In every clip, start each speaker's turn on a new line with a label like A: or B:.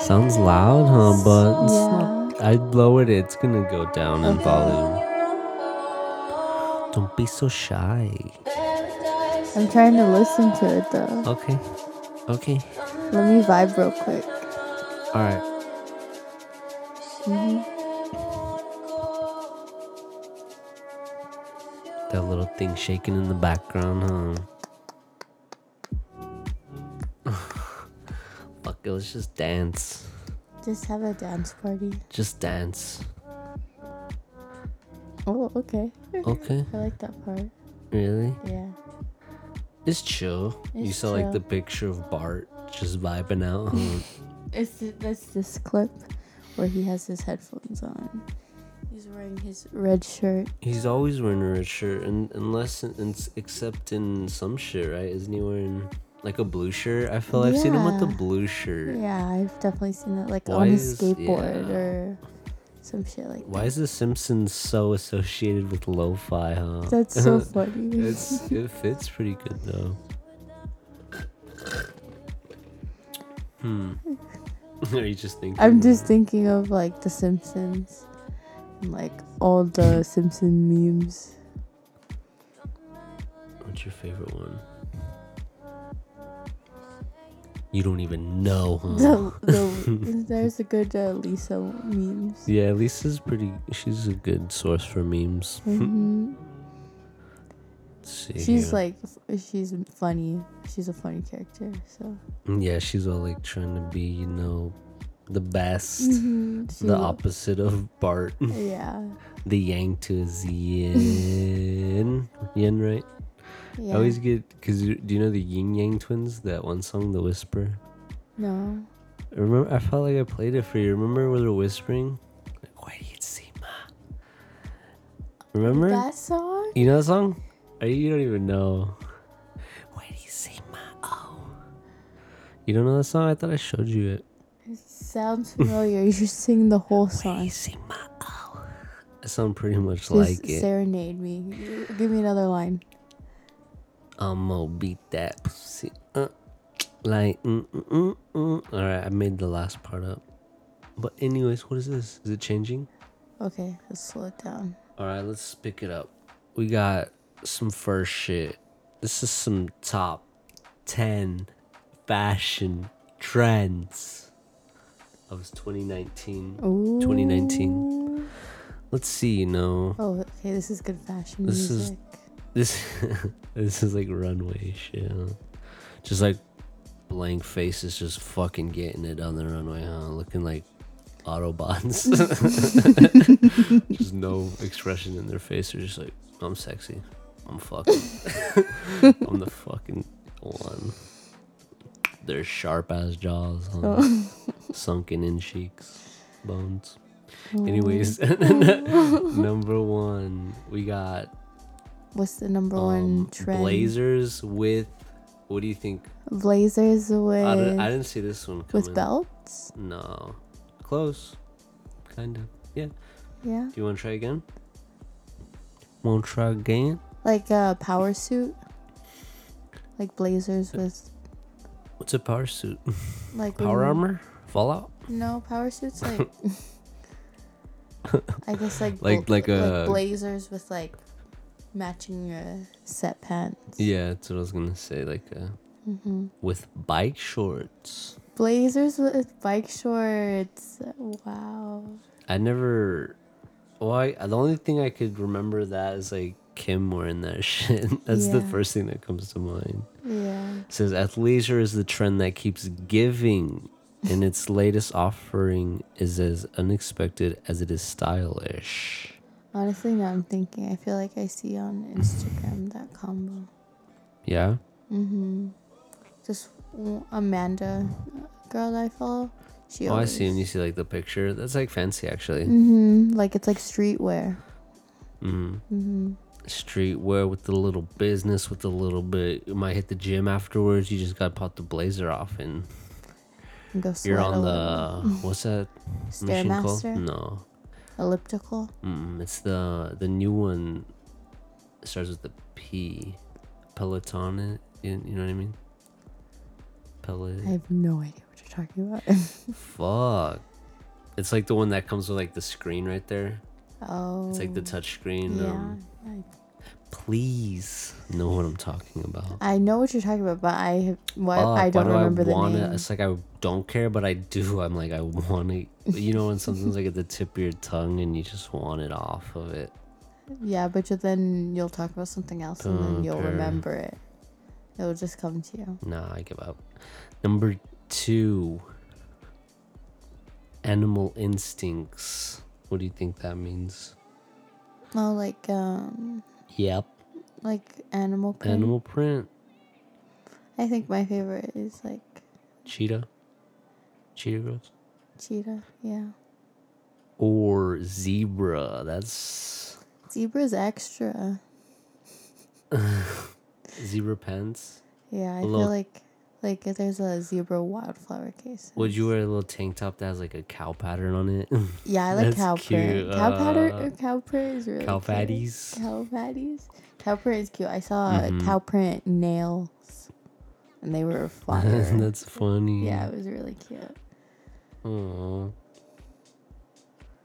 A: Sounds loud, huh? But it's
B: Yeah.
A: not. I lower it. It's gonna go down in volume. Don't be so shy.
B: I'm trying to listen to it though.
A: Okay. Okay.
B: Let me vibe real quick.
A: All right. Mm-hmm. That little thing shaking in the background, huh? Fuck it. Let's just dance.
B: Just have a dance party.
A: Just dance.
B: Oh, okay. Oh.
A: Okay.
B: I like that part.
A: Really?
B: Yeah.
A: It's chill. you
B: It's
A: saw like
B: chill.
A: the picture of Bart just vibing out. huh?
B: It's th- that's this clip where he has his headphones on. He's wearing his red shirt.
A: He's always wearing a red shirt, and unless and except in some shit, right? Isn't he wearing like a blue shirt? I feel I've seen him with the
B: Yeah.
A: blue shirt.
B: Yeah, I've definitely seen that like
A: Why
B: on a
A: is-
B: skateboard
A: yeah.
B: or some shit like
A: Why is The Simpsons so associated with lo-fi, huh?
B: that. That's so funny.
A: it's it fits pretty good though. Hmm. Are you just thinking?
B: I'm just thinking of like The Simpsons and like all the Simpson memes.
A: What's your favorite one? You don't even know, huh?
B: The, the, there's a good uh, Lisa memes.
A: Mm. Yeah, Lisa's pretty. She's a good source for memes.
B: hmm
A: Let's see
B: She's
A: here.
B: like, f- she's funny. She's a funny character. So
A: yeah, she's all like trying to be, you know, the best,
B: Mm-hmm. She-
A: Mm-hmm. the opposite of Bart,
B: Yeah.
A: the Yang to his Yin, Yin, right?
B: Yeah.
A: I always get because do you know the Yin Yang Twins? That one song, The Whisper.
B: no.
A: I remember, I felt like I played it for you. Remember when they were whispering? Like, why do you see my? Remember?
B: That song?
A: You know that song? Or you don't even know. Why do you say my oh? You don't know that song? I thought I showed you it.
B: Sounds familiar. you should sing the whole
A: Why do
B: song.
A: you say my oh? I sound pretty much
B: Just
A: like it.
B: serenade me. Give me another line.
A: I'm gonna beat that pussy. Uh, like, mm, mm, mm, mm. all right, I made the last part up. But anyways, what is this? Is it changing?
B: Okay, let's slow it down.
A: All right, let's pick it up. We got some first shit. This is some top 10 fashion trends of 2019.
B: Ooh.
A: 2019. Let's see, you know.
B: Oh, okay. This is good fashion
A: This is-
B: music.
A: This this is like runway shit. Huh? Just like blank faces just fucking getting it on the runway, huh? Looking like Autobots. just no expression in their face. They're just like, I'm sexy. I'm fucking. I'm the fucking one. Their sharp ass jaws, huh? sunken in cheeks, bones. Anyways, number one, we got
B: What's the number
A: um,
B: one trend?
A: blazers with. What do you think?
B: Blazers with
A: I, don't, I didn't see this one coming.
B: with belts.
A: No, close, kind of. Yeah.
B: Yeah,
A: Do you want to try again? Want to try again?
B: like a power suit. Like blazers with
A: What's a power suit?
B: Mm-hmm. like when
A: Power
B: you-
A: armor? Fallout?
B: No, power suits like. I guess like
A: Like- like uh, a-
B: blazers with like matching uh, set pants.
A: Yeah, that's what I was gonna say. Like uh,
B: hmm
A: with bike shorts.
B: Blazers with bike shorts. Wow.
A: I never. Well, I, the only thing I could remember that is like Kim wearing that shit. That's the
B: Yeah.
A: first thing that comes to mind.
B: Yeah.
A: says athleisure is the trend that keeps giving and its latest offering is as unexpected as it is stylish
B: Honestly, now I'm thinking. I feel like I see on Instagram that combo.
A: yeah
B: Mhm. Just w- Amanda, uh, girl that I follow. She.
A: oh i
B: always-
A: see and you see like the picture that's like fancy actually
B: Mhm. Like it's like streetwear.
A: mm.
B: Mhm.
A: streetwear with the little business with the little bit you might hit the gym afterwards you just gotta pop the blazer off and
B: And go.
A: you're
B: sweat a
A: on
B: little.
A: the what's that machine called
B: stairmaster.
A: no
B: Elliptical.
A: Mm, it's the the new one. It starts with the P. Peloton. You, you know what I mean?
B: I
A: Peloton.
B: have no idea what you're talking about.
A: Fuck. It's like the one that comes with like the screen right there.
B: oh.
A: It's like the touch screen.
B: Yeah.
A: Um,
B: I,
A: please know what I'm talking about.
B: I know what you're talking about, but I have, what,
A: Fuck,
B: I
A: why
B: don't
A: do
B: remember the
A: wanna-
B: name.
A: It's like I don't care, but I do. I'm like I want to. You know when something's like at the tip of your tongue and you just want it off of it.
B: Yeah, but you- then you'll talk about something else and then you'll
A: Okay.
B: remember it. It'll just come to you.
A: Nah, I give up. Number two, animal instincts. What do you think that means?
B: Oh, like um,
A: Yep,
B: like animal print.
A: animal print.
B: I think my favorite is like
A: Cheetah. Cheetah girls.
B: cheetah. Yeah,
A: Or zebra. That's
B: zebra's extra.
A: zebra pants.
B: Yeah, I
A: Little-
B: feel like like if there's a zebra wildflower case.
A: Would you wear a little tank top that has like a cow pattern on it?
B: Yeah, I like
A: That's
B: cow print.
A: cute.
B: Cow powder
A: Uh,
B: or cow print is really
A: cow
B: cute.
A: patties.
B: Cow patties. Cow print is cute. I saw
A: Mhm.
B: cow print nails, and they were fire.
A: That's funny.
B: yeah, it was really cute.
A: Aw.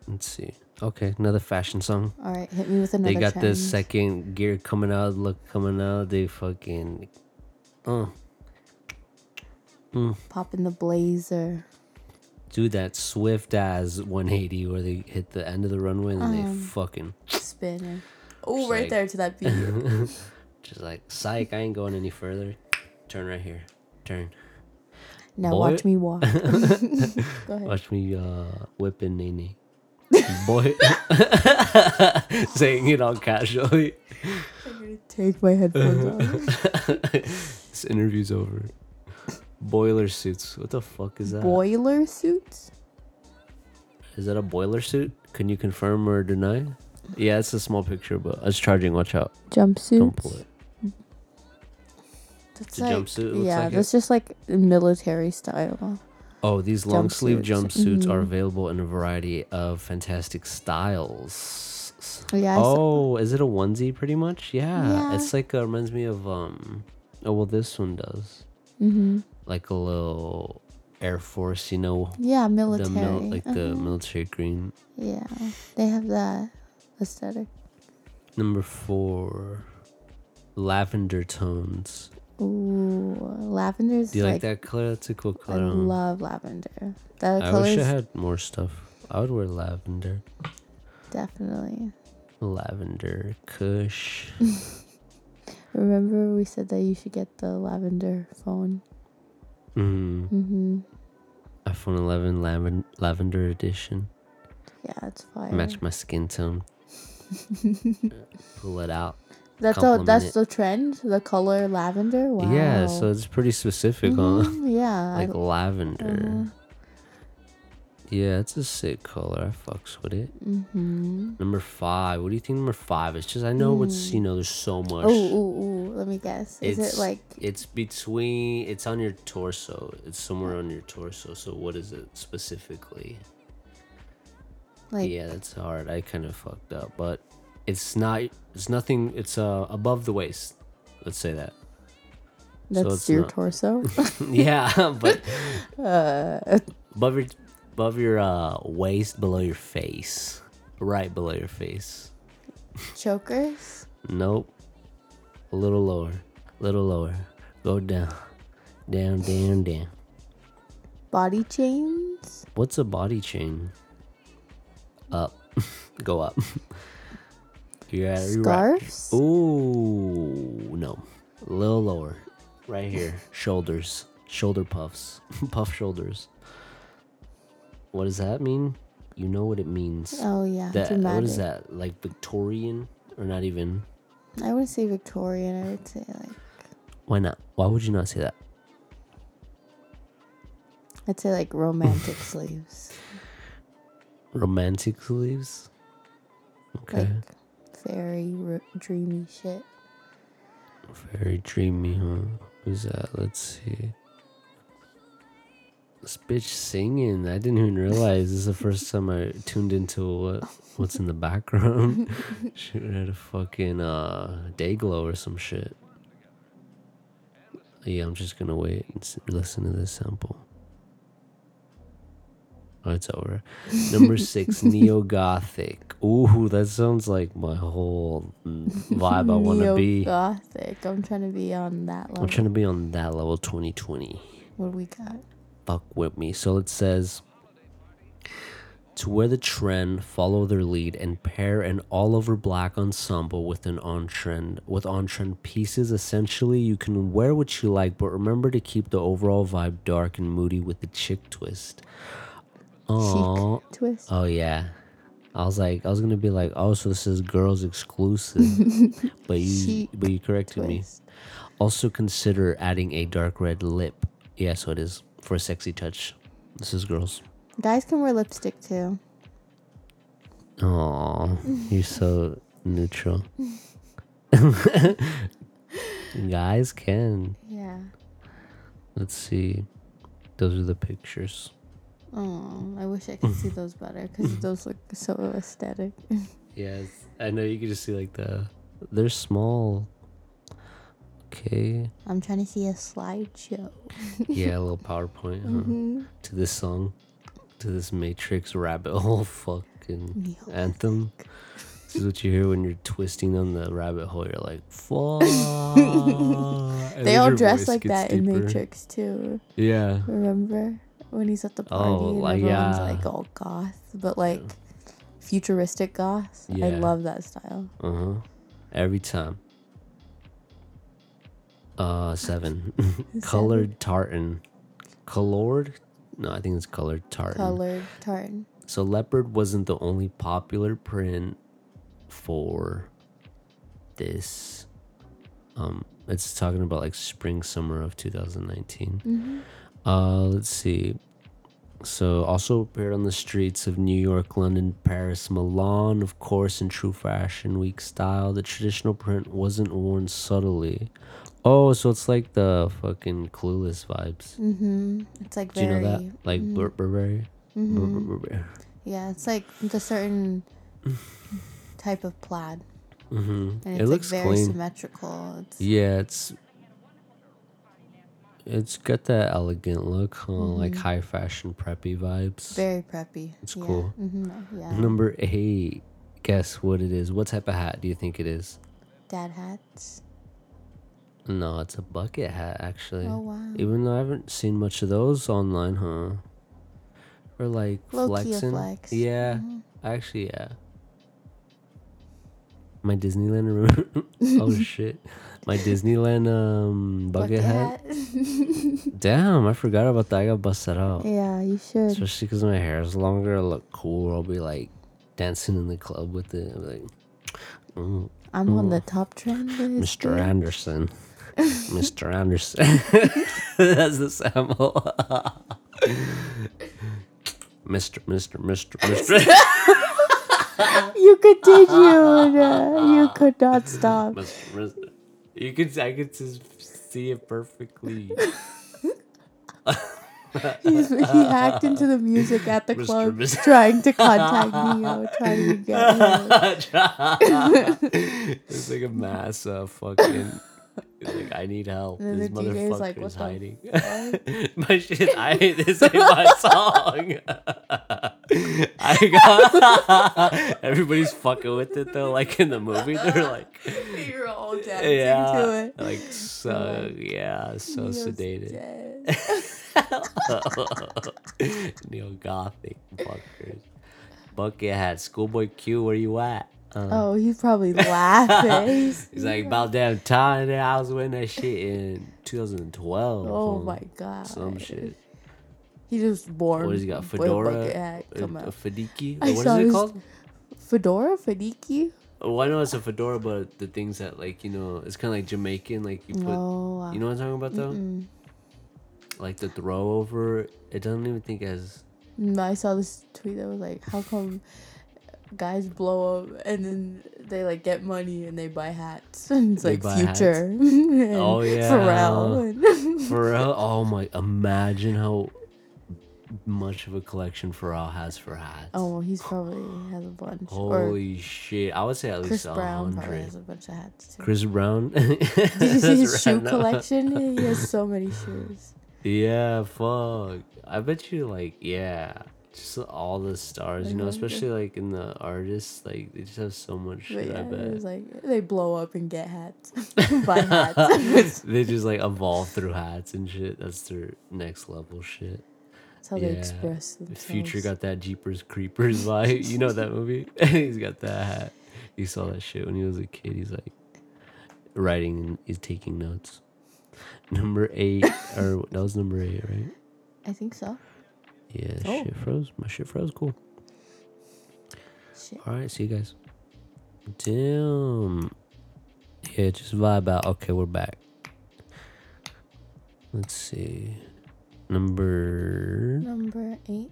A: Let's see. Okay, another fashion song.
B: All right, hit me with another.
A: they got
B: trend.
A: this second gear coming out, look coming out. They fucking. Oh. Mm.
B: Pop in the blazer.
A: Do that swift as 180 where they hit the end of the runway and then
B: Um.
A: they fucking.
B: Spinning. Oh,
A: Just
B: right
A: like-
B: there to that beat.
A: Just like, psych, I ain't going any further. Turn right here. Turn.
B: Now
A: Boy.
B: watch me walk. Go ahead.
A: Watch me uh, whip in Nene. Boy. Saying it all casually.
B: I'm gonna take my headphones off.
A: this interview's over. Boiler suits. What the fuck is that?
B: Boiler suits?
A: Is that a boiler suit? Can you confirm or deny? Yeah, it's a small picture, but it's charging. Watch out.
B: Jumpsuits?
A: Don't pull it.
B: That's
A: It's a jumpsuit, it looks
B: yeah,
A: like it.
B: that's just like military style.
A: Oh, these long sleeve
B: Jumpsuits.
A: jumpsuits are
B: Mm-hmm.
A: available in a variety of fantastic styles.
B: Yeah, I s-
A: oh, is it a onesie pretty much? Yeah.
B: Yeah.
A: It's like uh, reminds me of um oh well this one does.
B: Mhm.
A: Like a little Air Force, you know.
B: Yeah, military.
A: The mil- like the
B: Uh-huh.
A: military green.
B: yeah, they have that aesthetic.
A: Number four lavender tones.
B: Ooh, lavender's
A: Do you like,
B: like,
A: that color? That's a cool
B: I
A: color. Um,
B: love lavender. That
A: I
B: color's
A: wish I had more stuff. I would wear lavender.
B: definitely.
A: Lavender Kush.
B: Remember we said that you should get the lavender phone.
A: mm,
B: hmm
A: iPhone 11 lavender, lavender edition.
B: Yeah, it's fire.
A: Match my skin tone. Pull it out.
B: that's the
A: compliment
B: that's
A: it.
B: the trend. The color lavender. Wow.
A: Yeah, so it's pretty specific on
B: Mhm, yeah, I-
A: like lavender. Yeah, it's a sick color. I fucks with it.
B: Mhm.
A: Number five. What do you think number five is? Just I know it's you know there's so much.
B: Oh, ooh, ooh, let me guess. Is
A: It's-
B: it like
A: it's between it's on your torso. It's somewhere on your torso. So what is it specifically?
B: like
A: yeah, that's hard. I kind of fucked up, but it's not. It's nothing. It's uh above the waist. Let's say that.
B: that's
A: it's
B: your
A: not-
B: torso?
A: yeah, but
B: uh,
A: above your above your uh waist, below your face, right below your face.
B: chokers?
A: Nope. A little lower. A little lower. Go down. Down, down, down.
B: Body chains?
A: What's a body chain? Up. Go up. yeah, you're right.
B: Scarves?
A: Ooh, no. A little lower. Right here. Shoulders. Shoulder puffs. Puff shoulders. What does that mean? You know what it means.
B: Oh yeah.
A: that,
B: dramatic.
A: what is that? Like Victorian? Or not even?
B: I wouldn't say Victorian, I would say like
A: Why not? Why would you not say that?
B: I'd say like romantic sleeves.
A: Romantic sleeves? Okay.
B: Like very r- dreamy shit.
A: Very dreamy, huh? Who's that? Let's see. This bitch singing. I didn't even realize this is the first time I tuned into what what's in the background. she had a fucking uh, day glow or some shit. Yeah, I'm just gonna wait and s- listen to this sample. Oh, it's over. Number six, neo gothic. Ooh, that sounds like my whole mm, vibe I want to be.
B: Gothic. I'm trying to be on that level.
A: I'm trying to be on that level 2020.
B: What do we got?
A: fuck with me. So it says to wear the trend, follow their lead, and pair an all over black ensemble with an on trend with on trend pieces. Essentially, you can wear what you like, but remember to keep the overall vibe dark and moody with the chick twist. Oh,
B: Chic twist.
A: oh yeah. I was like, I was gonna be like, oh, so this is girls exclusive, but you,
B: Chic
A: but you corrected me.
B: twist.
A: Also consider adding a dark red lip. Yeah, so it is for a sexy touch. This is girls.
B: Guys can wear lipstick too.
A: Aw, you're so neutral. Guys can.
B: Yeah.
A: Let's see. Those are the pictures.
B: Oh, I wish I could see those better because those look so aesthetic.
A: Yes, I know you can just see like the. They're small. Okay.
B: I'm trying to see a slideshow.
A: Yeah, a little PowerPoint huh?
B: Mm-hmm.
A: to this song, to this Matrix rabbit hole fucking
B: Neo.
A: anthem. This is what you hear when you're twisting on the rabbit hole. You're like, fuck. And
B: They
A: then
B: all
A: your
B: dress
A: voice
B: like
A: gets
B: that in
A: deeper.
B: Matrix too.
A: Yeah.
B: Remember when he's at the party
A: Oh,
B: and
A: like,
B: everyone's
A: yeah.
B: like all goth, but like futuristic goth. I
A: Yeah.
B: love that style.
A: Uh huh. Every time. Uh, seven. Colored tartan. Colored? No, I think it's colored tartan.
B: Colored tartan.
A: So leopard wasn't the only popular print for this. Um, it's talking about like spring summer of 2019. Uh, let's see. So also appeared on the streets of New York, London, Paris, Milan, of course, in true fashion week style. The traditional print wasn't worn subtly. Oh, so it's like the fucking clueless vibes.
B: Mm-hmm. It's like
A: Do you
B: very.
A: know that? Like Bur- Burberry. Bur- Burberry.
B: Yeah, it's like the certain type of plaid. Mm-hmm. And it's
A: It looks
B: like very
A: clean.
B: symmetrical. It's,
A: Yeah, it's it's got that elegant look, huh? Like high fashion preppy vibes.
B: Mm-hmm. Very preppy.
A: It's
B: yeah.
A: cool.
B: Mm-hmm. Yeah.
A: Number eight. Guess what it is? What type of hat do you think it is?
B: Dad hats.
A: No, it's a bucket hat actually.
B: Oh, wow.
A: Even though I haven't seen much of those online, huh? Or like
B: Low key a
A: flexing.
B: flex. Mm-hmm.
A: Yeah. Actually, yeah. My Disneyland remember Oh shit. My Disneyland um bucket, hat. Damn, I forgot about that. I got busted out.
B: yeah, you should.
A: Especially because my hair is longer. I look cool. I'll be like dancing in the club with it. I'll be like, "Mm,
B: I'm on the top trend list.
A: Mr. Anderson. Mr. Anderson. That's the sample. Mr. Mr. Mr. Mr.
B: You continued. uh, you could not stop.
A: Mr. Mr. You could, I could just see it perfectly.
B: He's, he hacked into the music at the
A: Mr.
B: club,
A: Mis-
B: trying to contact Neo, trying to get him.
A: it's like a mass uh, fucking. It's like I need help.
B: And then
A: This
B: the DJ
A: motherfucker
B: is like,
A: is
B: "What
A: hiding. my shit. I hate this ain't my song. I got everybody's fucking with it though. Like in the movie, they're like,
B: We were all dancing
A: yeah,
B: to it.
A: like so, yeah, so
B: Neo's
A: sedated,
B: dead.
A: neo gothic fuckers. Bucket hat, schoolboy Q. Where you at? Uh,
B: Oh, he's probably laughing. He's-
A: He's like, about damn time that I was wearing that shit in 2012.
B: oh
A: huh?
B: my god.
A: Some shit.
B: He just born.
A: What has he got?
B: with a bucket
A: Fedora?
B: hat
A: A,
B: come
A: a
B: out.
A: fediki?
B: I
A: What
B: saw
A: is it
B: this-
A: called?
B: Fedora, Fediki.
A: Oh, I know it's a fedora, but the things that, like, you know, it's kind of like Jamaican. Like, you put.
B: Oh, wow.
A: You know what I'm talking about, though? Like, the throw over. It doesn't even think it has.
B: Mm, I saw this tweet that was like, how come guys blow up and then they like get money and they buy hats? And it's
A: They
B: like
A: buy hats?
B: future. and
A: Oh, yeah.
B: Pharrell. and-
A: For real? Oh, my. Imagine how much of a collection Pharrell has for hats.
B: oh, he's probably has a bunch. or
A: Holy shit. I would say at
B: Chris
A: least Oh, a
B: Brown probably
A: 100.
B: has a bunch of hats too.
A: Chris Brown.
B: Did you see his
A: That's
B: shoe
A: random.
B: collection? He has so many shoes.
A: Yeah, fuck. I bet you like yeah. just all the stars, you know, especially like in the artists, like they just have so much
B: But
A: shit.
B: yeah,
A: I
B: it
A: bet
B: was like they blow up and get hats. Buy hats.
A: they just like evolve through hats and shit. That's their next level shit.
B: That's how they
A: Yeah.
B: express
A: The
B: themselves.
A: future got that Jeepers Creepers vibe. You know that movie? he's got that hat. He saw that shit when he was a kid. He's like writing and he's taking notes. Number eight, or that was number eight, right?
B: I think so.
A: Yeah,
B: Oh.
A: shit froze. My shit froze. Cool.
B: Shit.
A: All right, see you guys. Damn. Yeah, just vibe out. Okay, we're back. Let's see. Number
B: Number eight.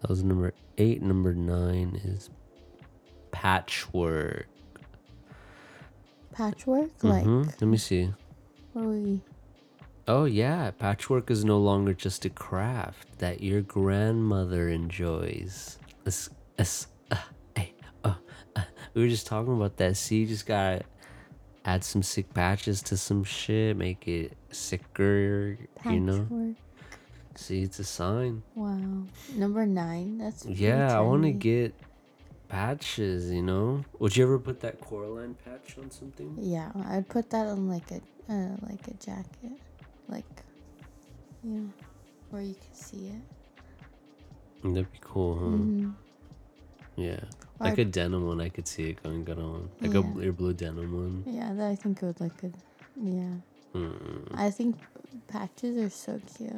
A: that was number eight. Number nine is patchwork.
B: Patchwork?
A: Mhm.
B: Like
A: Let me see.
B: what are we
A: Oh yeah, patchwork is no longer just a craft that your grandmother enjoys. Es- es- uh, eh, uh, uh. We were just talking about that. See, you just gotta add some sick patches to some shit, make it sicker.
B: patchwork.
A: You know. See, it's a sign.
B: Wow. Number nine. That's pretty
A: Yeah, I want to
B: trendy.
A: get patches. You know. Would you ever put that Coraline patch on something?
B: Yeah, I'd put that on like a uh, like a jacket, like you know, where you can see it.
A: That'd be cool, huh?
B: Mhm.
A: Yeah.
B: Or-
A: Like a denim one, I could see it going good on. Like a
B: Yeah.
A: bl- your blue denim one.
B: Yeah, that I think it would look good. Yeah,
A: Mm.
B: I think patches are so cute.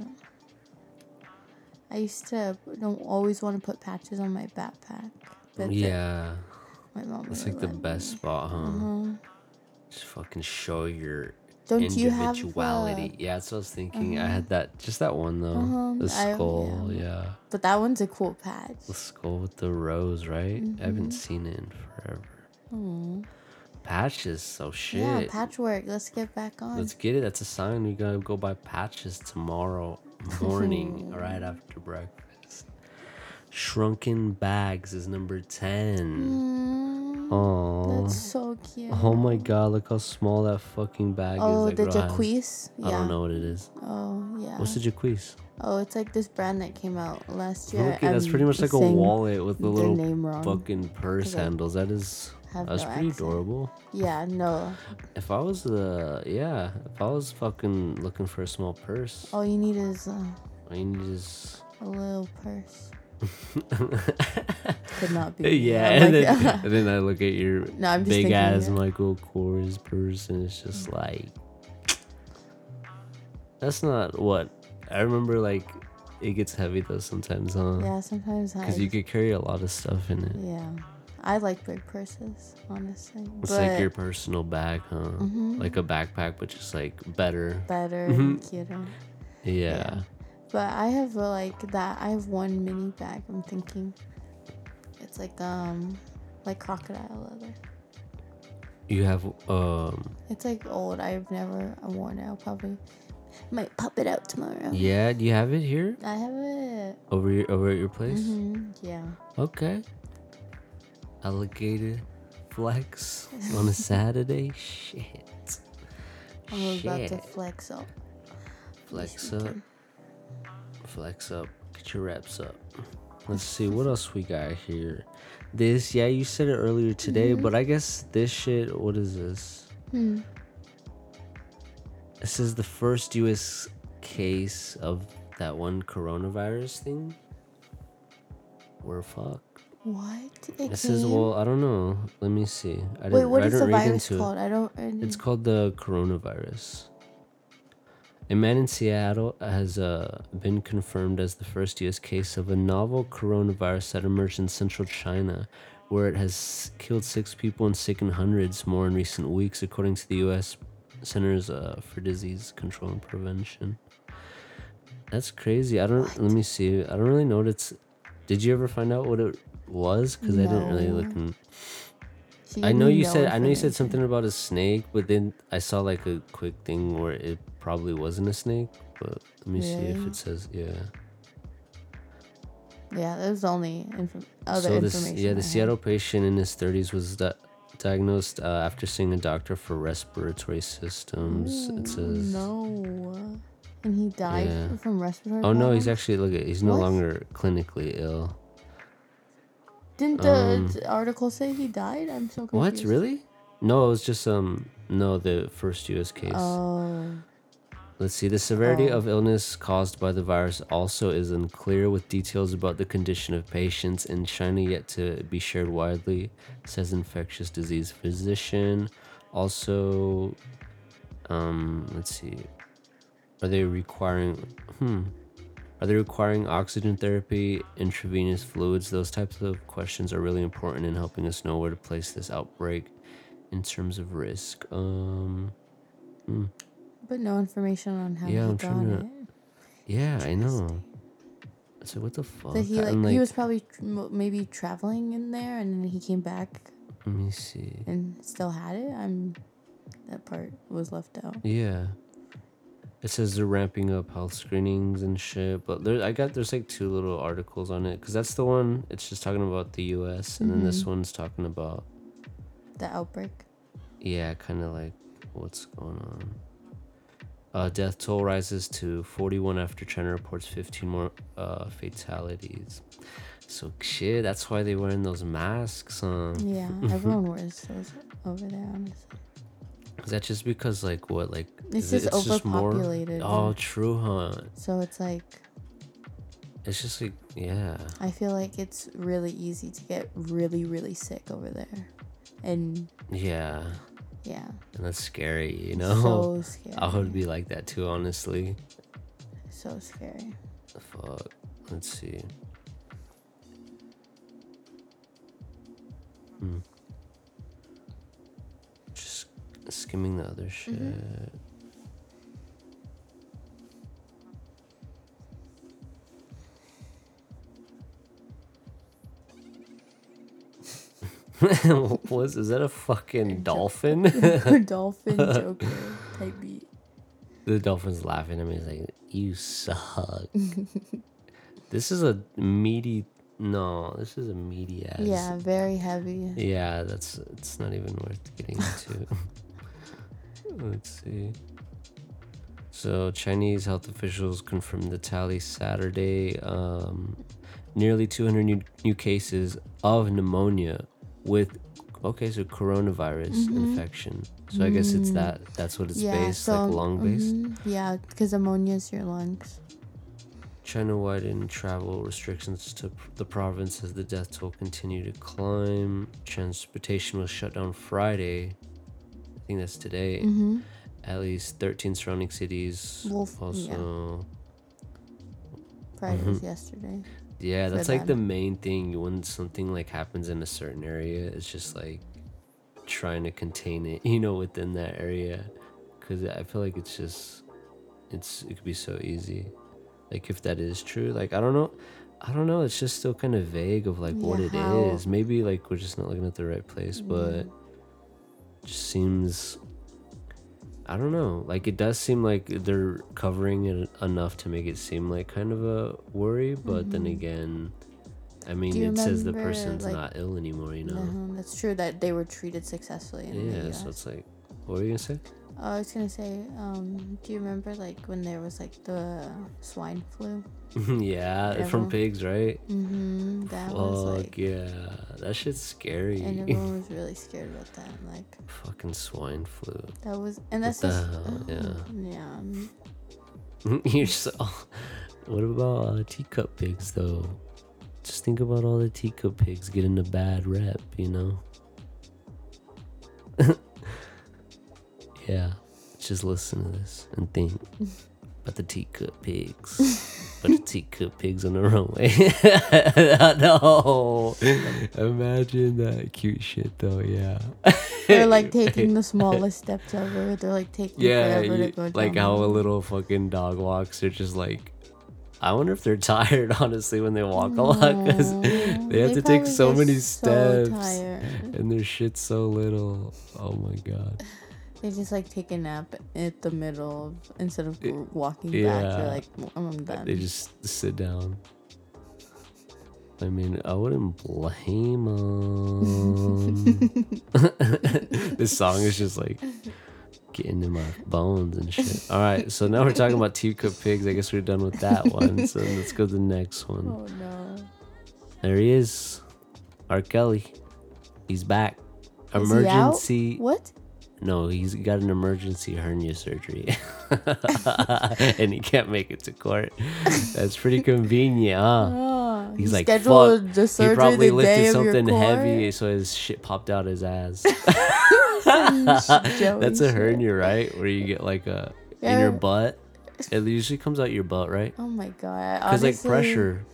B: I used to don't always want to put patches on my backpack. But yeah,
A: yeah,
B: my mom.
A: that's
B: really
A: like the
B: let me.
A: best spot, huh?
B: Uh-huh.
A: Just fucking show your
B: Don't you have
A: individuality.
B: uh,
A: yeah, that's what I was thinking. I had that, just that one though.
B: Uh-huh,
A: The
B: I-
A: skull,
B: yeah.
A: yeah.
B: But that one's a cool patch.
A: The skull with the rose, right? I
B: Mm-hmm.
A: haven't seen it in forever.
B: Aw.
A: Patches, so shit.
B: Mm-hmm. Yeah, patchwork. Let's get back on.
A: Let's get it. That's a sign. We gotta go buy patches tomorrow morning, right after breakfast. Shrunken bags is number ten.
B: Mm,
A: Aww.
B: that's so cute.
A: Oh my god, look how small that fucking bag
B: Oh,
A: is. that
B: the
A: girl has.
B: Jacquees. Yeah.
A: I don't know what it is.
B: Oh yeah.
A: What's the Jacquees?
B: oh, it's like this brand that came out last year.
A: Okay, that's
B: I'm
A: pretty much like a
B: saying
A: wallet with the
B: their
A: little
B: name wrong.
A: fucking purse
B: 'cause I
A: handles. That is
B: have
A: that's
B: no
A: pretty
B: accent.
A: adorable.
B: Yeah, no.
A: If I was the yeah, if I was fucking looking for a small purse,
B: All you need is uh,
A: I mean just
B: a little purse. Could not be. me.
A: Uh, yeah, and
B: I'm like-
A: then, and then I look at your
B: No, I'm just
A: big
B: thinking
A: ass
B: that-
A: Michael Kors purse, and it's just like that's not what I remember. Like it gets heavy though sometimes, huh?
B: yeah, sometimes I.
A: Because you could carry a lot of stuff in it.
B: yeah, I like big purses, honestly.
A: It's
B: but
A: like your personal bag, huh?
B: Mhm.
A: Like a backpack, but just like better.
B: better
A: Mm-hmm.
B: and cuter.
A: Yeah.
B: But I have uh, like that. I have one mini bag. I'm thinking, it's like um, like crocodile leather.
A: You have um.
B: It's like old. I've never worn it. I'll probably might pop it out tomorrow.
A: Yeah. Do you have it here
B: I have it.
A: over your over at your place?
B: hmm Yeah.
A: Okay. Alligator flex on a Saturday. Shit.
B: I'm about to
A: Shit.
B: flex up.
A: Flex up. Flex up. Get your reps up. Let's see what else we got here. This, yeah, you said it earlier today, but I guess this shit, what is this?
B: Mm-hmm. Hmm.
A: This is the first US case of that one coronavirus thing. We're fucked.
B: What? It
A: This is
B: came?
A: well, I don't know. Let me see. I didn't,
B: Wait, what
A: I
B: is the
A: didn't read
B: virus
A: into it.
B: called? I don't. I didn't-
A: It's called the coronavirus. A man in Seattle has uh, been confirmed as the first US case of a novel coronavirus that emerged in central China, where it has killed six people and sickened hundreds more in recent weeks, according to the US Centers uh, for Disease Control and Prevention. That's crazy. I don't, let me see. I don't really know what it's. Did you ever find out what it was? Because I didn't really
B: No.
A: look in,
B: She
A: I
B: gave
A: know
B: me
A: you
B: no
A: said I know you said
B: information.
A: something about a snake, but then I saw like a quick thing where it probably wasn't a snake. But let me see if
B: Really?
A: it says yeah.
B: Yeah, that was the only inf- other
A: so this
B: Oh, information.
A: yeah,
B: I
A: the
B: had.
A: Seattle patient in his 30s was di- diagnosed uh, after seeing a doctor for respiratory systems. it
B: Ooh,
A: says
B: No. and he died
A: Yeah.
B: from respiratory.
A: Oh no, he's
B: problems?
A: actually look. at- He's no
B: What?
A: longer clinically ill.
B: Didn't the
A: um,
B: the article say he died? I'm so confused.
A: What really? No, it was just um. No, the first U.S. case.
B: Oh,
A: Let's see. The severity
B: Oh.
A: of illness caused by the virus also is unclear, with details about the condition of patients in China yet to be shared widely, says infectious disease physician. Also, um, let's see. Are they requiring? Hmm. Are they requiring oxygen therapy, intravenous fluids? Those types of questions are really important in helping us know where to place this outbreak in terms of risk. Um.
B: but no information on how
A: Yeah,
B: he
A: I'm
B: got
A: trying
B: it.
A: to- Yeah, I know. So what the fuck?
B: That he like,
A: And,
B: he was probably tr- mo- maybe traveling in there, and then he came back
A: Let me see.
B: and still had it. I'm that part was left out.
A: Yeah. It says they're ramping up health screenings and shit, but there I got there's like two little articles on it because that's the one it's just talking about the U.S. and then this
B: Mm-hmm.
A: one's talking about
B: The outbreak.
A: yeah, kind of like what's going on. Uh, death toll rises to 41 after China reports 15 more uh, fatalities. So shit, that's why they wearing those masks, huh?
B: Yeah, everyone wears those over there. Honestly,
A: Is that just because like what like
B: It's
A: is
B: just
A: more-
B: overpopulated.
A: oh, true, huh?
B: so it's like
A: It's just like yeah,
B: I feel like it's really easy to get really really sick over there, and
A: yeah,
B: yeah,
A: and that's scary, you know.
B: so scary.
A: I would be like that too, honestly.
B: so scary.
A: Fuck. Let's see. Hmm. Just skimming the other shit. Was is that a fucking dolphin?
B: Dolphin Joker type beat.
A: The dolphin's laughing at me. He's like, "You suck." this is a meaty. No, this is a meaty ass.
B: Yeah, very heavy.
A: Yeah, that's. It's not even worth getting into. Let's see. So Chinese health officials confirmed the tally Saturday. Um, nearly 200 new, new cases of pneumonia with. Okay, so coronavirus infection. So I guess it's that. That's what it's
B: Mm-hmm. Mm. yeah,
A: based, like lung based.
B: mhm, yeah, because ammonia is your lungs.
A: China widened travel restrictions to p- the province as the death toll continued to climb. Transportation was shut down Friday. I think that's today.
B: hmm
A: At least 13 surrounding cities
B: Well, f- yeah.
A: also.
B: Friday
A: Mm-hmm.
B: was yesterday.
A: Yeah,
B: For
A: that's like the
B: them.
A: main thing when something like happens in a certain area, it's just like trying to contain it, you know, within that area cuz I feel like it's just it's it could be so easy. Like if that is true, like I don't know I don't know, it's just still kind of vague of like what
B: Yeah,
A: it
B: how- Mm-hmm.
A: is. Maybe like we're just not looking at the right place, but just seems I don't know. Like it does seem like they're covering it enough to make it seem like kind of a worry, but then again, I mean,
B: Mm-hmm.
A: it
B: Do you
A: says the
B: remember,
A: person's
B: like-
A: not ill anymore, you know.
B: Uh-huh, That's true that they were treated successfully in the
A: Yeah,
B: US.
A: so it's like, what were you gonna say?
B: Oh, I was gonna say, um, do you remember like when there was like the swine flu?
A: yeah, from
B: Devil.
A: pigs, right?
B: Mm-hmm. That was
A: Fuck
B: like,
A: yeah, that shit's scary.
B: and everyone was really scared about that. Like
A: Fucking swine flu.
B: that was, and that's
A: the
B: just, uh,
A: hell, yeah.
B: yeah, um,
A: You're so. What about uh, teacup pigs though? Just think about all the teacup pigs getting a bad rep, you know. yeah, just listen to this and think about the teacup pigs. but the teacup pigs on the runway. no, imagine that cute shit though. Yeah.
B: they're like taking the smallest steps ever. They're like taking
A: Yeah,
B: forever
A: you-
B: to go
A: like
B: down
A: how
B: the-
A: a little fucking dog walks are just like. I wonder if they're tired, honestly, when they walk a lot because
B: No,
A: they have to
B: probably
A: take so
B: get
A: many
B: so
A: steps
B: tired.
A: and their shit's so little. Oh my god.
B: They just like take a nap at the middle of, instead of gr- walking back.
A: yeah.
B: They're like, "Well, I'm done.
A: They just sit down. I mean, I wouldn't blame them. this song is just like, getting in my bones and shit. All right, so now we're talking about teacup pigs. I guess we're done with that one. So let's go to the next one.
B: Oh no.
A: There he is, R. Kelly. He's back.
B: Is he out?
A: Emergency.
B: What?
A: No, he's got an emergency hernia surgery, and he can't make it to court. That's pretty convenient, huh?
B: Oh,
A: He's
B: you
A: like,
B: scheduled
A: fuck.
B: the
A: He
B: surgery
A: probably
B: the day
A: lifted
B: of your
A: something
B: court?
A: heavy, so his shit popped out his ass.
B: Joey
A: That's a
B: shit.
A: hernia, right? Where you get like a in
B: Yeah.
A: your butt. It usually comes out your butt, right?
B: Oh my god.
A: Because like
B: honestly-
A: pressure,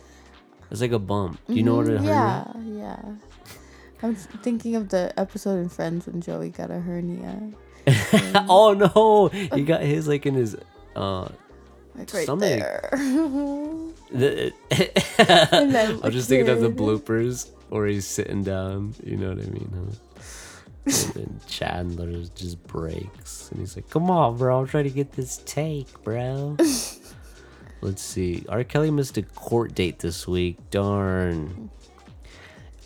A: it's like a bump. Do you know what a
B: Mhm,
A: hernia?
B: Yeah, yeah. I'm s- thinking of the episode in Friends when Joey got a hernia.
A: oh no, he got his like in his. Uh,
B: Like right
A: Stomach.
B: there. and
A: the,
B: then
A: I'm just thinking of the
B: kid.
A: bloopers where he's sitting down. You know what I mean? Huh? and then Chandler just breaks and he's like, "Come on, bro, I'm trying to get this take, bro." Let's see. R. Kelly missed a court date this week. Darn.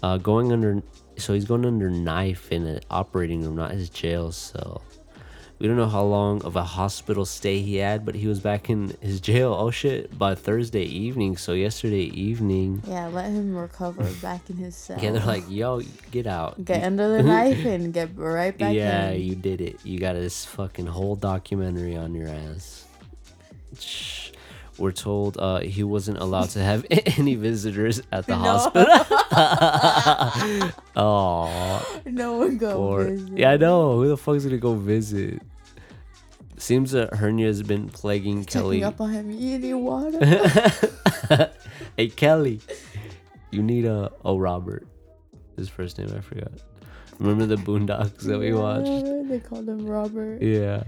A: Uh, going under, so he's going under knife in an operating room, not his jail cell. We don't know how long of a hospital stay he had, but he was back in his jail. Oh shit! By Thursday evening, so yesterday evening.
B: Yeah, let him recover back in his cell.
A: Yeah, they're like, "Yo, get out."
B: Oh. get under the knife and get right back
A: yeah,
B: in.
A: you did it. You got this fucking whole documentary on your ass. Shh. We're told uh, he wasn't allowed to have any visitors at the
B: No.
A: hospital. Oh,
B: no one go.
A: or
B: visit.
A: yeah, I know. Who the fuck's gonna go visit? Seems that hernia has been plaguing
B: Checking
A: Kelly.
B: up on him. You need water.
A: hey Kelly, you need a oh Robert. His first name I forgot. Remember the Boondocks that we watched?
B: Yeah, They called him Robert.
A: Yeah.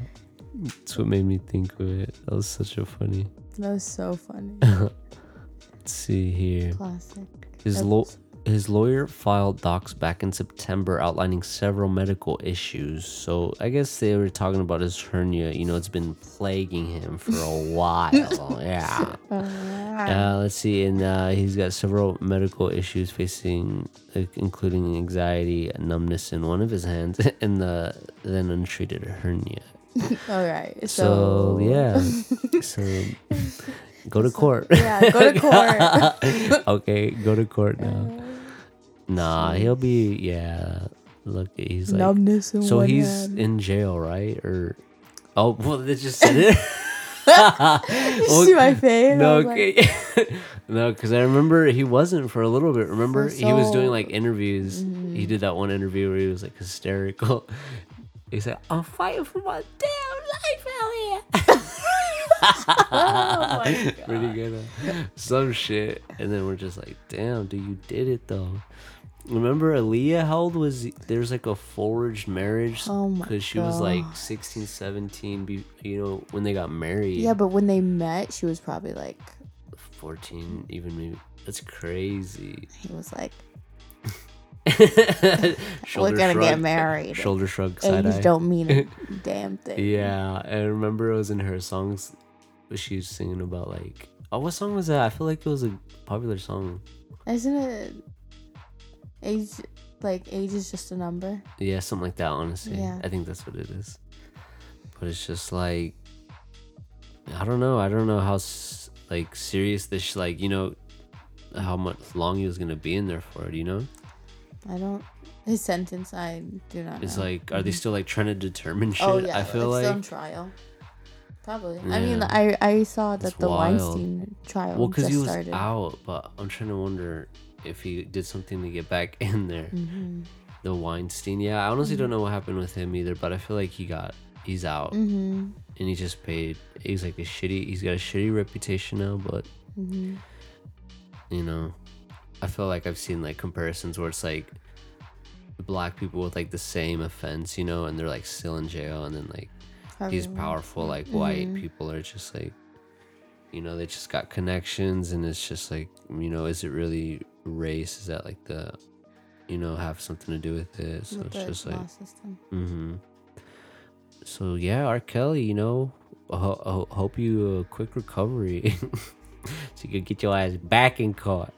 A: That's what made me think of it. That was such a funny.
B: That was so funny.
A: Let's see here.
B: Classic.
A: His law his lawyer filed docs back in September outlining several medical issues. So I guess they were talking about his hernia. You know, it's been plaguing him for a while. yeah.
B: Ah.
A: Uh, let's see, and uh, he's got several medical issues facing, like, including anxiety, numbness in one of his hands, and the then untreated hernia.
B: All right.
A: So,
B: So,
A: yeah, so go to court.
B: yeah, go to court.
A: okay, go to court now.
B: Uh,
A: Nah, he'll be yeah. Look, he's like
B: Numbness in
A: so
B: one
A: he's
B: hand.
A: in jail, right? Or oh, well, they just said it.
B: Did you
A: Well,
B: see my face?
A: No,
B: I was like,
A: okay. no, because I remember he wasn't for a little bit. Remember, he was doing
B: so- Mm-hmm.
A: like interviews. He did that one interview where he was like hysterical. He said, "I'm fighting for my damn life out here."
B: Oh my God.
A: Pretty good, huh? some shit. And then we're just like, "Damn, dude, you did it though." Remember, Aaliyah, how old was there's like a forged marriage
B: Oh my
A: she was like
B: God.
A: 16, 17, be, you know, when they got married.
B: Yeah, but when they met, she was probably like,
A: 14 even maybe that's crazy
B: he was like,
A: shoulder
B: we're gonna
A: shrug,
B: get married.
A: shoulder shrug side
B: and you
A: eye
B: don't mean a damn thing.
A: yeah i remember it was in her songs but she was singing about like oh what song was that i feel like it was a popular song
B: Isn't it age like age is just a number?
A: yeah something like that honestly
B: Yeah.
A: i think that's what it is but it's just like i don't know i don't know how s- like serious this like you know how much long he was gonna be in there for you know
B: I don't his sentence I do not
A: it's
B: know.
A: like are they still like trying to determine shit
B: Mm-hmm. oh yeah,
A: i feel like
B: it's still on trial. Probably. I mean
A: Yeah.
B: I I saw that
A: That's
B: the
A: wild.
B: Weinstein trial
A: Well, because
B: Um, just
A: he was
B: started.
A: out, but I'm trying to wonder if he did something to get back in there.
B: Mhm.
A: The Weinstein, yeah, I honestly
B: Mm-hmm.
A: don't know what happened with him either, but I feel like he got, he's out,
B: Mhm.
A: and he just paid. He's like a shitty, he's got a shitty reputation now, but
B: Mhm.
A: you know, I feel like I've seen like comparisons where it's like black people with like the same offense, you know, and they're like still in jail, and then like
B: Harvey
A: these
B: Weinstein.
A: powerful like white
B: Mm-hmm.
A: people are just like you know they just got connections and it's just like you know is it really race is that like the you know have something to do with it so
B: With
A: it's
B: the
A: just
B: law
A: like
B: system.
A: hmm so yeah r kelly you know I ho- I ho- hope you a quick recovery so you can get your ass back in court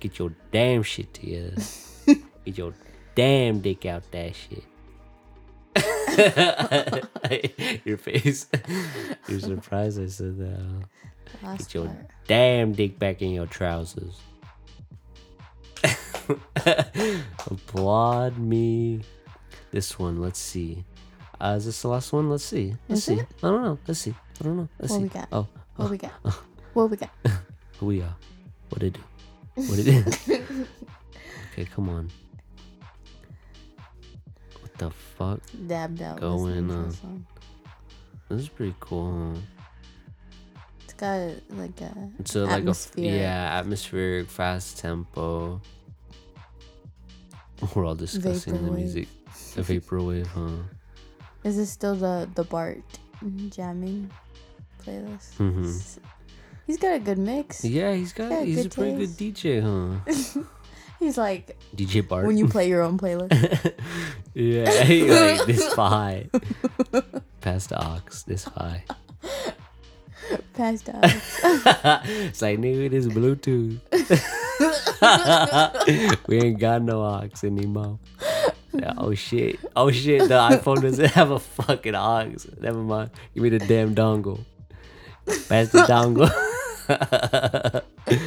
A: get your damn shit together get your damn dick out that shit Your face. You're surprised I said that. huh?
B: Last
A: Get your
B: part.
A: damn dick back in your trousers. Applaud me. This one, let's see. Uh, is this the last one? Let's see. Let's
B: Is
A: see.
B: it?
A: I don't know. Let's see. I don't know. Let's
B: What
A: see.
B: we got?
A: Oh,
B: What we got? What we got?
A: who we are. What it do? What it is? okay, come on. What the fuck?
B: Dabbed out.
A: Going
B: listening to
A: on.
B: this song.
A: This is pretty cool. Huh?
B: It's got like a.
A: It's a, like a f-
B: Atmospheric.
A: yeah atmospheric fast tempo. We're all discussing the
B: Vaporwave.
A: music, the vaporwave, huh?
B: Is this still the the Bart jamming playlist?
A: Mhm.
B: S- He's got a good mix.
A: Yeah, he's got
B: Yeah,
A: he's
B: good
A: a pretty good DJ, huh?
B: He's like
A: DJ Bart.
B: when you play your own playlist.
A: yeah, he like this high, past the ox, this high.
B: Passed out.
A: it's like nigga, this Bluetooth. we ain't got no aux anymore. Yeah, oh shit! Oh shit! The iPhone doesn't have a fucking aux. Never mind. Give me the damn dongle. Pass the dongle. Pass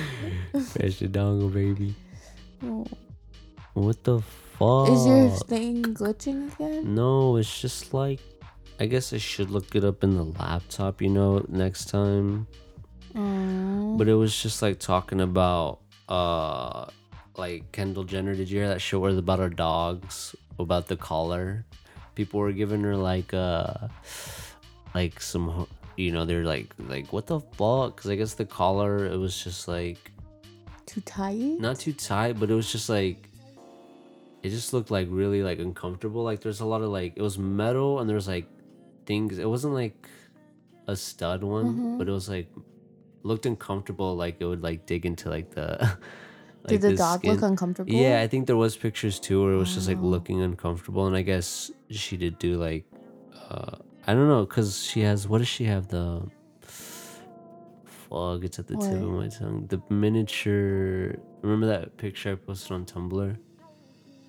A: the dongle, baby.
B: Oh.
A: What the fuck?
B: Is your thing glitching again?
A: No, it's just like I guess I should look it up in the laptop, you know, next time.
B: Oh.
A: But it was just like talking about uh like Kendall Jenner, did you hear that show where it's about her dogs, about the collar? People were giving her like uh like some ho- you know, they're like like what the fuck? Cuz I guess the collar it was just like
B: Too tight?
A: not too tight, but it was just like it just looked like really like uncomfortable. Like there's a lot of like it was metal and there was like things. It wasn't like a stud one,
B: Mhm.
A: but it was like looked uncomfortable. Like it would like dig into like the.
B: Did the
A: the
B: dog
A: skin.
B: look uncomfortable?
A: Yeah, I think there was pictures too where it was just like
B: Wow.
A: looking uncomfortable, and I guess she did do like, uh, I don't know, cause she has what does she have the. Fuck, it's at the tip of
B: What?
A: my tongue. The miniature. Remember that picture I posted on Tumblr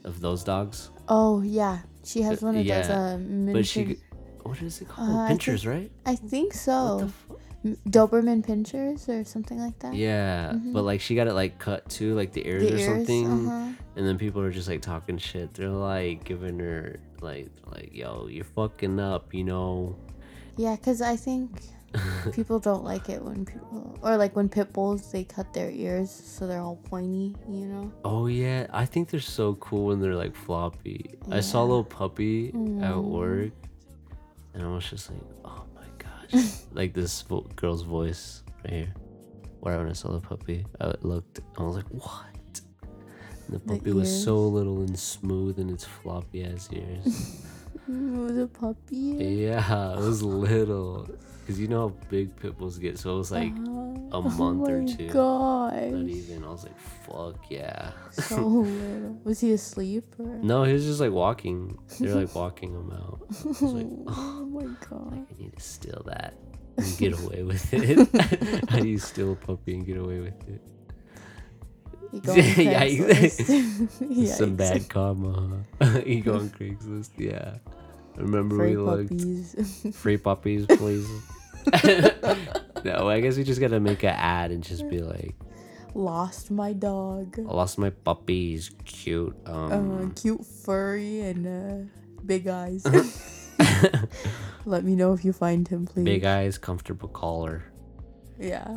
A: of those dogs?
B: Oh yeah, she has
A: Uh,
B: one of those.
A: yeah,
B: Uh, miniature...
A: But she. g- What is it called?
B: Uh, I think-
A: Pinchers, right?
B: I
A: What
B: think
A: the
B: so.
A: fu-
B: M- Doberman pinchers or something like that.
A: yeah, but like she got it like cut too, like the ears
B: Mm-hmm. The
A: or
B: ears.
A: something.
B: Uh-huh.
A: And then people are just like talking shit. They're like giving her like like yo, you're fucking up, you know.
B: Yeah, because I think people don't like it when people or like when pit bulls they cut their ears so they're all pointy. You know.
A: Oh yeah, I think they're so cool when they're like floppy. I saw a little puppy
B: Mm.
A: at work, and I was just like, oh my gosh, like this vo- girl's voice right here. Where when I saw the puppy, I looked and I was like, what? And the puppy was so little and smooth in its floppy ass ears.
B: Mm, It was a puppy.
A: yeah, it was little, cause you know how big pit bulls get. So it was like.
B: Uh-huh.
A: a month or two.
B: Oh
A: Not
B: my gosh.
A: even. I was like, fuck yeah.
B: So little. Was he asleep or?
A: No, he was just like walking. They're like walking him out. I was like,
B: Oh my god.
A: I need to steal that and get away with it. How do you steal a puppy and get away with it?
B: You go on
A: Yikes.
B: Craigslist.
A: Some
B: Yikes.
A: bad karma, huh? you go on Craigslist, yeah. I remember
B: Furry
A: we looked
B: puppies.
A: free puppies, please. no, I guess we just gotta make an ad and just be like,
B: Lost my dog.
A: I lost my puppies, cute.
B: Uh,
A: Um,
B: cute furry and uh, big eyes. Let me know if you find him, please.
A: big eyes, comfortable collar.
B: Yeah.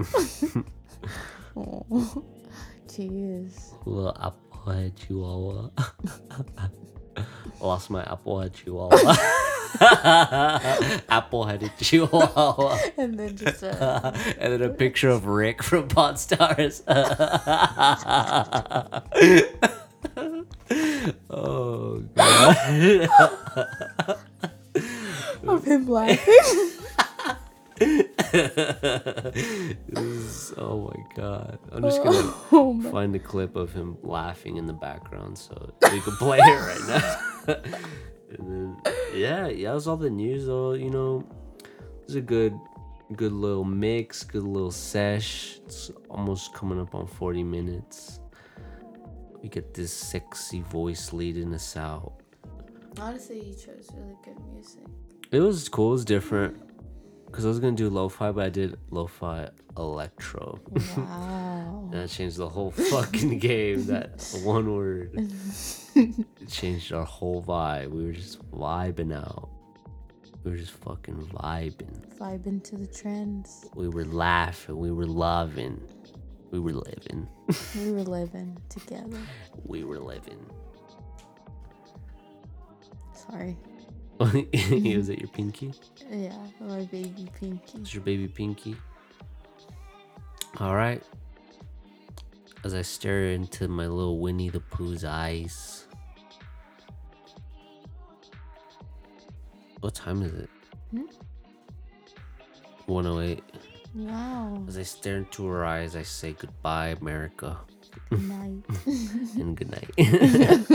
B: oh, jeez.
A: little apple chihuahua. Lost my apple head chihuahua. apple headed chihuahua.
B: And then just uh,
A: and then a picture of Rick from Pod Stars. oh, God.
B: of him laughing.
A: This is- oh, my God. I'm just going to
B: oh my.
A: find a clip of him laughing in the background so we can play it right now. and then, yeah, yeah, that was all the news though. You know, it was a good, good little mix, good little sesh. It's almost coming up on 40 minutes. We get this sexy voice leading us out.
B: Honestly, you chose really good music.
A: It was cool. It was different. Cause I was gonna do lo-fi, but I did lo-fi electro.
B: Wow.
A: And that changed the whole fucking game. That one word It changed our whole vibe. We were just vibing out. We were just fucking vibing.
B: Vibing to the trends.
A: We were laughing. We were loving. We were living.
B: We were living together.
A: We were living.
B: Sorry.
A: was it your pinky?
B: Yeah, my baby pinky.
A: It's your baby pinky. All right. As I stare into my little Winnie the Pooh's eyes. What time is it?
B: Hmm?
A: 108.
B: Wow.
A: As I stare into her eyes, I say goodbye, America,
B: Night.
A: and good night. Damn,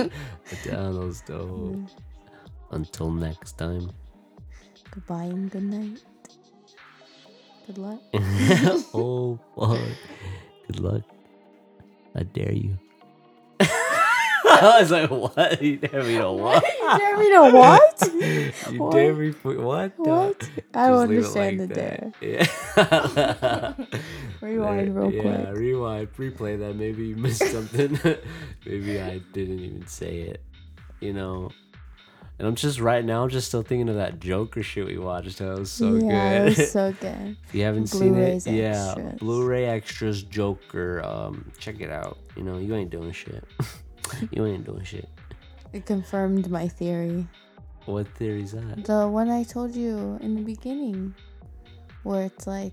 A: that was dope. Until next time.
B: Goodbye and good night. Good luck.
A: oh fuck. Good luck. I dare you. I was like, what? You dare me to what?
B: you dare me to what?
A: You
B: What?
A: dare me for what? the-
B: What? I don't
A: Just leave it
B: understand
A: like
B: the dare.
A: that. Yeah.
B: Rewind
A: Like,
B: real
A: yeah,
B: quick.
A: rewind, replay that. Maybe you missed something. Maybe I didn't even say it. You know. And I'm just right now just still thinking of that Joker shit we watched. That was so
B: yeah,
A: good.
B: it was so good.
A: If you haven't seen
B: Blu-rays
A: it, yeah,
B: extras.
A: Blu-ray extras Joker. Um, check it out. You know, you ain't doing shit. you ain't doing shit.
B: It confirmed my theory.
A: What theory's that?
B: The one I told you in the beginning, where it's like,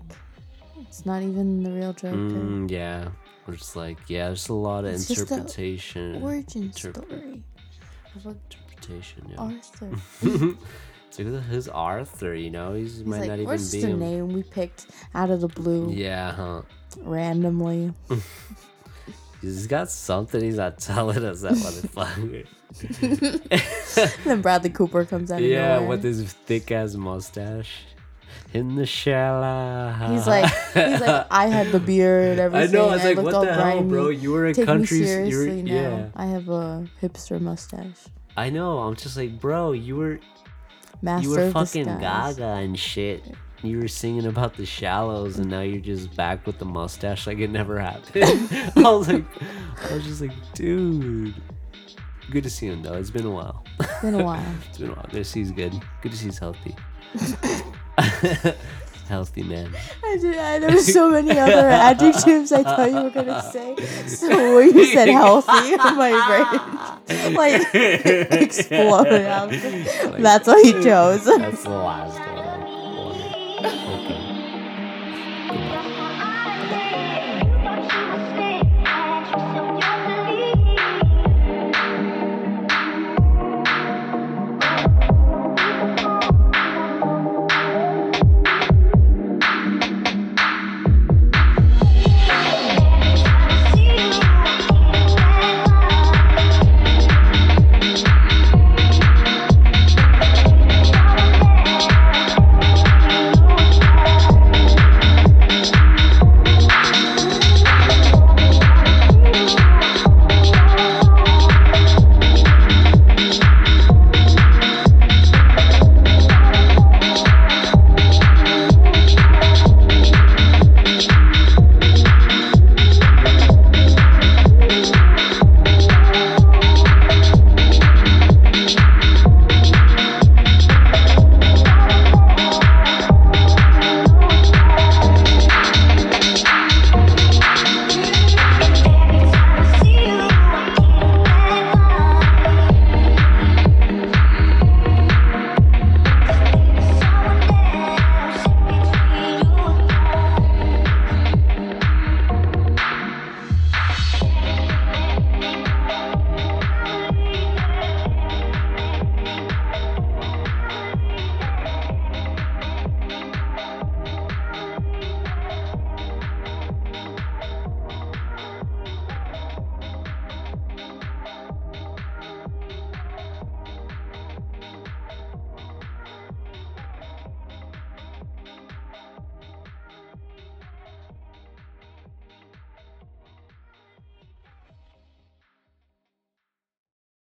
B: it's not even the real Joker.
A: Mm, yeah, we're just like, yeah, there's a lot of
B: It's just a
A: interpretation.
B: Origin
A: Interpret-
B: story of a
A: interpretation. Yeah.
B: Arthur.
A: it's like who's Arthur? You know, He's,
B: He's
A: might
B: like,
A: not
B: we're
A: even
B: just
A: be
B: a
A: him.
B: name we picked out of the blue
A: Yeah, huh?
B: randomly.
A: He's got something. He's not telling us that motherfucker.
B: then Bradley Cooper comes out. Of
A: yeah,
B: nowhere.
A: with his thick ass mustache. In the shallow.
B: He's like, he's like, I had the beard.
A: I
B: Everything.
A: know. I was like,
B: looked
A: what
B: all
A: the hell,
B: grimy.
A: bro? You were a
B: Take me
A: country. You were,
B: seriously now.
A: yeah.
B: I have a hipster mustache.
A: I know. I'm just like, bro, you were
B: Master
A: you were
B: of
A: fucking
B: disguise.
A: Gaga and shit. You were singing about the shallows, and now you're just back with the mustache like it never happened. I was like, I was just like, dude. Good to see him though. It's been a while.
B: It's been a while.
A: It's been a while. Good to see he's good. Good to see he's healthy. healthy man.
B: I did, I, there were so many other adjectives I thought you were gonna say. So when you said healthy, my brain like exploded. out. That's what he chose.
A: That's the last one.